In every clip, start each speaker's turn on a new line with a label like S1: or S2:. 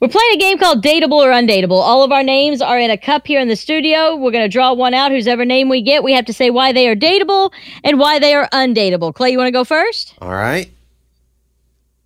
S1: We're playing a game called Dateable or Undateable. All of our names are in a cup here in the studio. We're going to draw one out. Whose ever name we get, we have to say why they are dateable and why they are undateable. Clay, you want to go first?
S2: All right.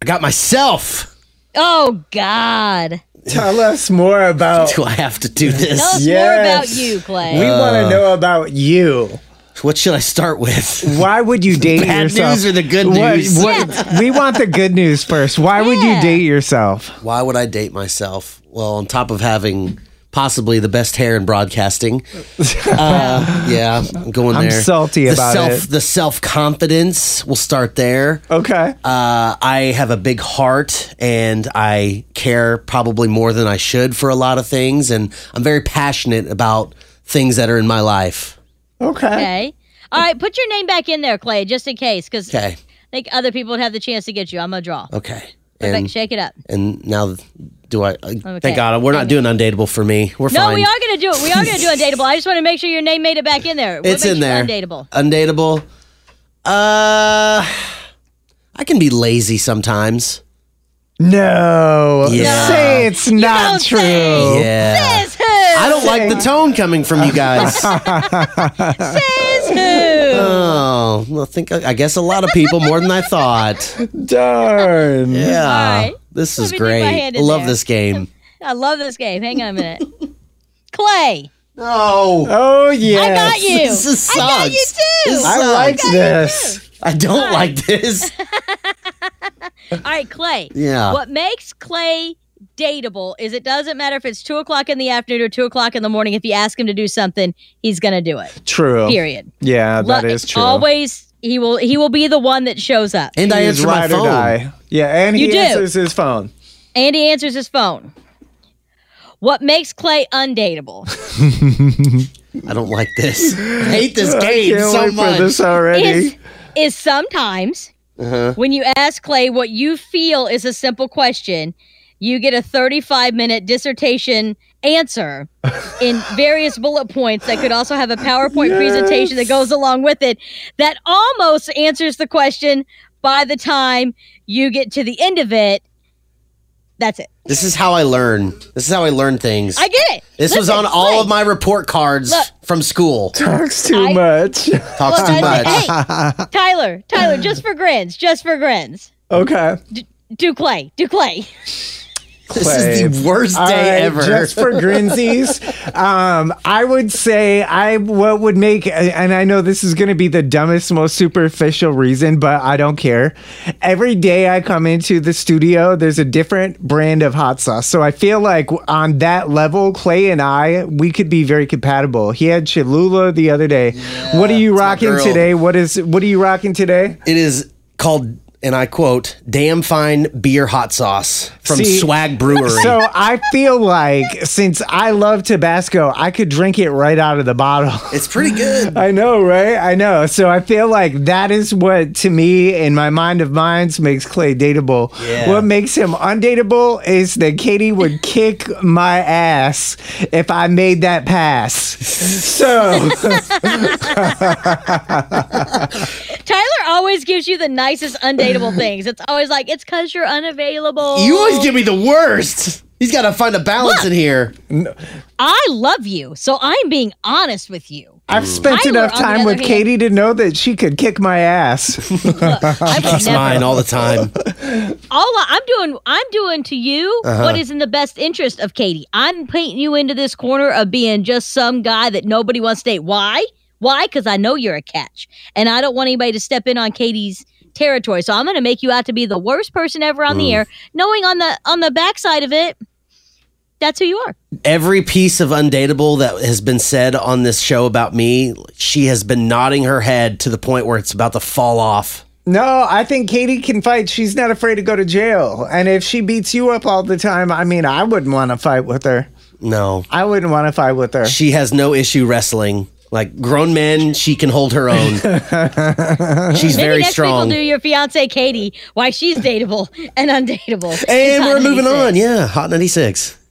S2: I got myself.
S1: Oh, God.
S3: Tell us more about.
S2: Do I have to do
S1: Tell us
S2: this?
S3: Yes.
S1: more about you, Clay.
S3: We
S2: Uh,
S3: want to know about you.
S2: What should I start with?
S3: Why would you date
S2: bad
S3: yourself?
S2: news or the good
S3: What-
S2: news?
S3: what- we want the good news first. Why would you
S1: Yeah.
S3: date yourself?
S2: Why would I date myself? Well, on top of having possibly the best hair in broadcasting. Uh, yeah, I'm going
S3: I'm
S2: there.
S3: salty
S2: the
S3: about
S2: self,
S3: it.
S2: The self confidence. We'll start there.
S3: Okay.
S2: Uh, I have a big heart and I care probably more than I should for a lot of things. And I'm very passionate about things that are in my life.
S3: Okay.
S1: Okay. All right, put your name back in there, Clay, just in case, because I
S2: Okay.
S1: think other people would have the chance to get you. I'm going to draw.
S2: Okay.
S1: Rebecca,
S2: And,
S1: shake it up.
S2: and now, do I? uh,
S1: Okay.
S2: Thank God. We're not doing undateable for me. We're
S1: No,
S2: fine.
S1: we are going to do it. We are going to do undateable. I just want to make sure your name made it back in there. What
S2: It's
S1: makes
S2: in
S1: you
S2: there.
S1: Undateable.
S2: Undateable. Uh, I can be lazy sometimes.
S3: No.
S2: Yeah.
S3: Say it's not
S1: don't
S3: true. Oh.
S1: say.
S2: Yeah.
S1: Says who?
S2: Uh, I don't like the tone coming from you guys.
S3: Oh.
S1: Says who?
S2: oh, well, I think I guess a lot of people more than I thought.
S3: Darn.
S2: Yeah.
S1: right.
S2: This
S1: Let
S2: is
S1: me dip my
S2: great. I
S1: hand in
S2: love
S1: there.
S2: this game.
S1: I love this game. Hang on a minute. Clay,
S2: No.
S3: Oh yeah.
S1: I got you.
S2: This is sucks.
S1: I got you too.
S2: This
S3: I
S2: sucks.
S3: like this.
S2: I don't like this.
S1: All right, Clay.
S2: Yeah.
S1: What makes Clay dateable is it doesn't matter if it's two o'clock in the afternoon or two o'clock in the morning. If you ask him to do something, he's gonna do it.
S3: True.
S1: Period.
S3: Yeah, that
S1: Lo-
S3: is true.
S1: Always, he will. He will be the one that shows up,
S2: And I
S3: He is
S2: answer my
S3: ride or
S2: phone.
S3: die. Yeah, and
S1: You
S3: he
S1: do.
S3: answers his phone.
S1: and he answers his phone. What makes Clay undateable
S2: I don't like this. I hate this game
S3: I can't
S2: so
S3: wait
S2: much.
S3: for this already.
S1: is is sometimes when you ask Clay what you feel is a simple question, you get a 35 minute dissertation answer in various bullet points that could also have a PowerPoint presentation that goes along with it that almost answers the question by the time you get to the end of it. That's it.
S2: This is how I learn. This is how I learn things.
S1: I get it.
S2: this was on
S1: Listen,
S2: all
S1: Clay,
S2: of my report cards
S1: Look.
S2: from school.
S3: Talks too
S1: I-
S3: much.
S2: Talks
S1: look,
S2: too
S1: I-
S2: much.
S1: Hey, Tyler, Tyler, just for grins, just for grins.
S3: okay.
S1: Do Clay, do Clay.
S2: This is the worst day
S3: All right,
S2: ever.
S3: Just for grinsies, um, I would say I what would make, and I know this is going to be the dumbest, most superficial reason, but I don't care. Every day I come into the studio, there's a different brand of hot sauce, so I feel like on that level, Clay and I we could be very compatible. He had Cholula the other day. what are you
S2: my
S3: rocking
S2: girl.
S3: today? What is what are you rocking today?
S2: it is called, and I quote, "Damn fine beer hot sauce" from
S3: See,
S2: Swag Brewery.
S3: So I feel like since I love Tabasco, I could drink it right out of the bottle.
S2: it's pretty good.
S3: I know, right? I know. So I feel like that is what, to me, in my mind of minds, makes Clay dateable.
S2: Yeah.
S3: What makes him undateable is that Katie would kick my ass if I made that pass. So
S1: Tyler always gives you the nicest undateable things. It's always like it's because you're unavailable.
S2: You always give me the worst. He's got to find a balance in here.
S1: I love you, so I'm being honest with you.
S3: I've spent
S1: Tyler,
S3: enough
S1: on the
S3: time
S1: other
S3: with
S1: hand-
S3: Katie to know that she could kick my ass.
S1: Look, I would
S2: He's
S1: never-
S2: mine all the time.
S1: all I, I'm doing, I'm doing to you
S2: Uh-huh.
S1: what is in the best interest of Katie. I'm painting you into this corner of being just some guy that nobody wants to date. Why? Why? Because I know you're a catch, and I don't want anybody to step in on Katie's territory. So I'm going to make you out to be the worst person ever on
S2: Mm.
S1: the air, knowing on the on the backside of it, that's who you are.
S2: Every piece of undateable that has been said on this show about me, she has been nodding her head to the point where it's about to fall off.
S3: no, I think Katie can fight. She's not afraid to go to jail. And if she beats you up all the time, I mean, I wouldn't want to fight with her.
S2: No,
S3: I wouldn't want to fight with her.
S2: she has no issue wrestling. Like grown men, she can hold her own. She's
S1: Maybe
S2: very
S1: next
S2: strong.
S1: week we'll do your fiance Katie, why she's dateable and undateable. It's
S2: And
S1: Hot
S2: we're moving
S1: 96.
S2: on. Yeah, Hot 96.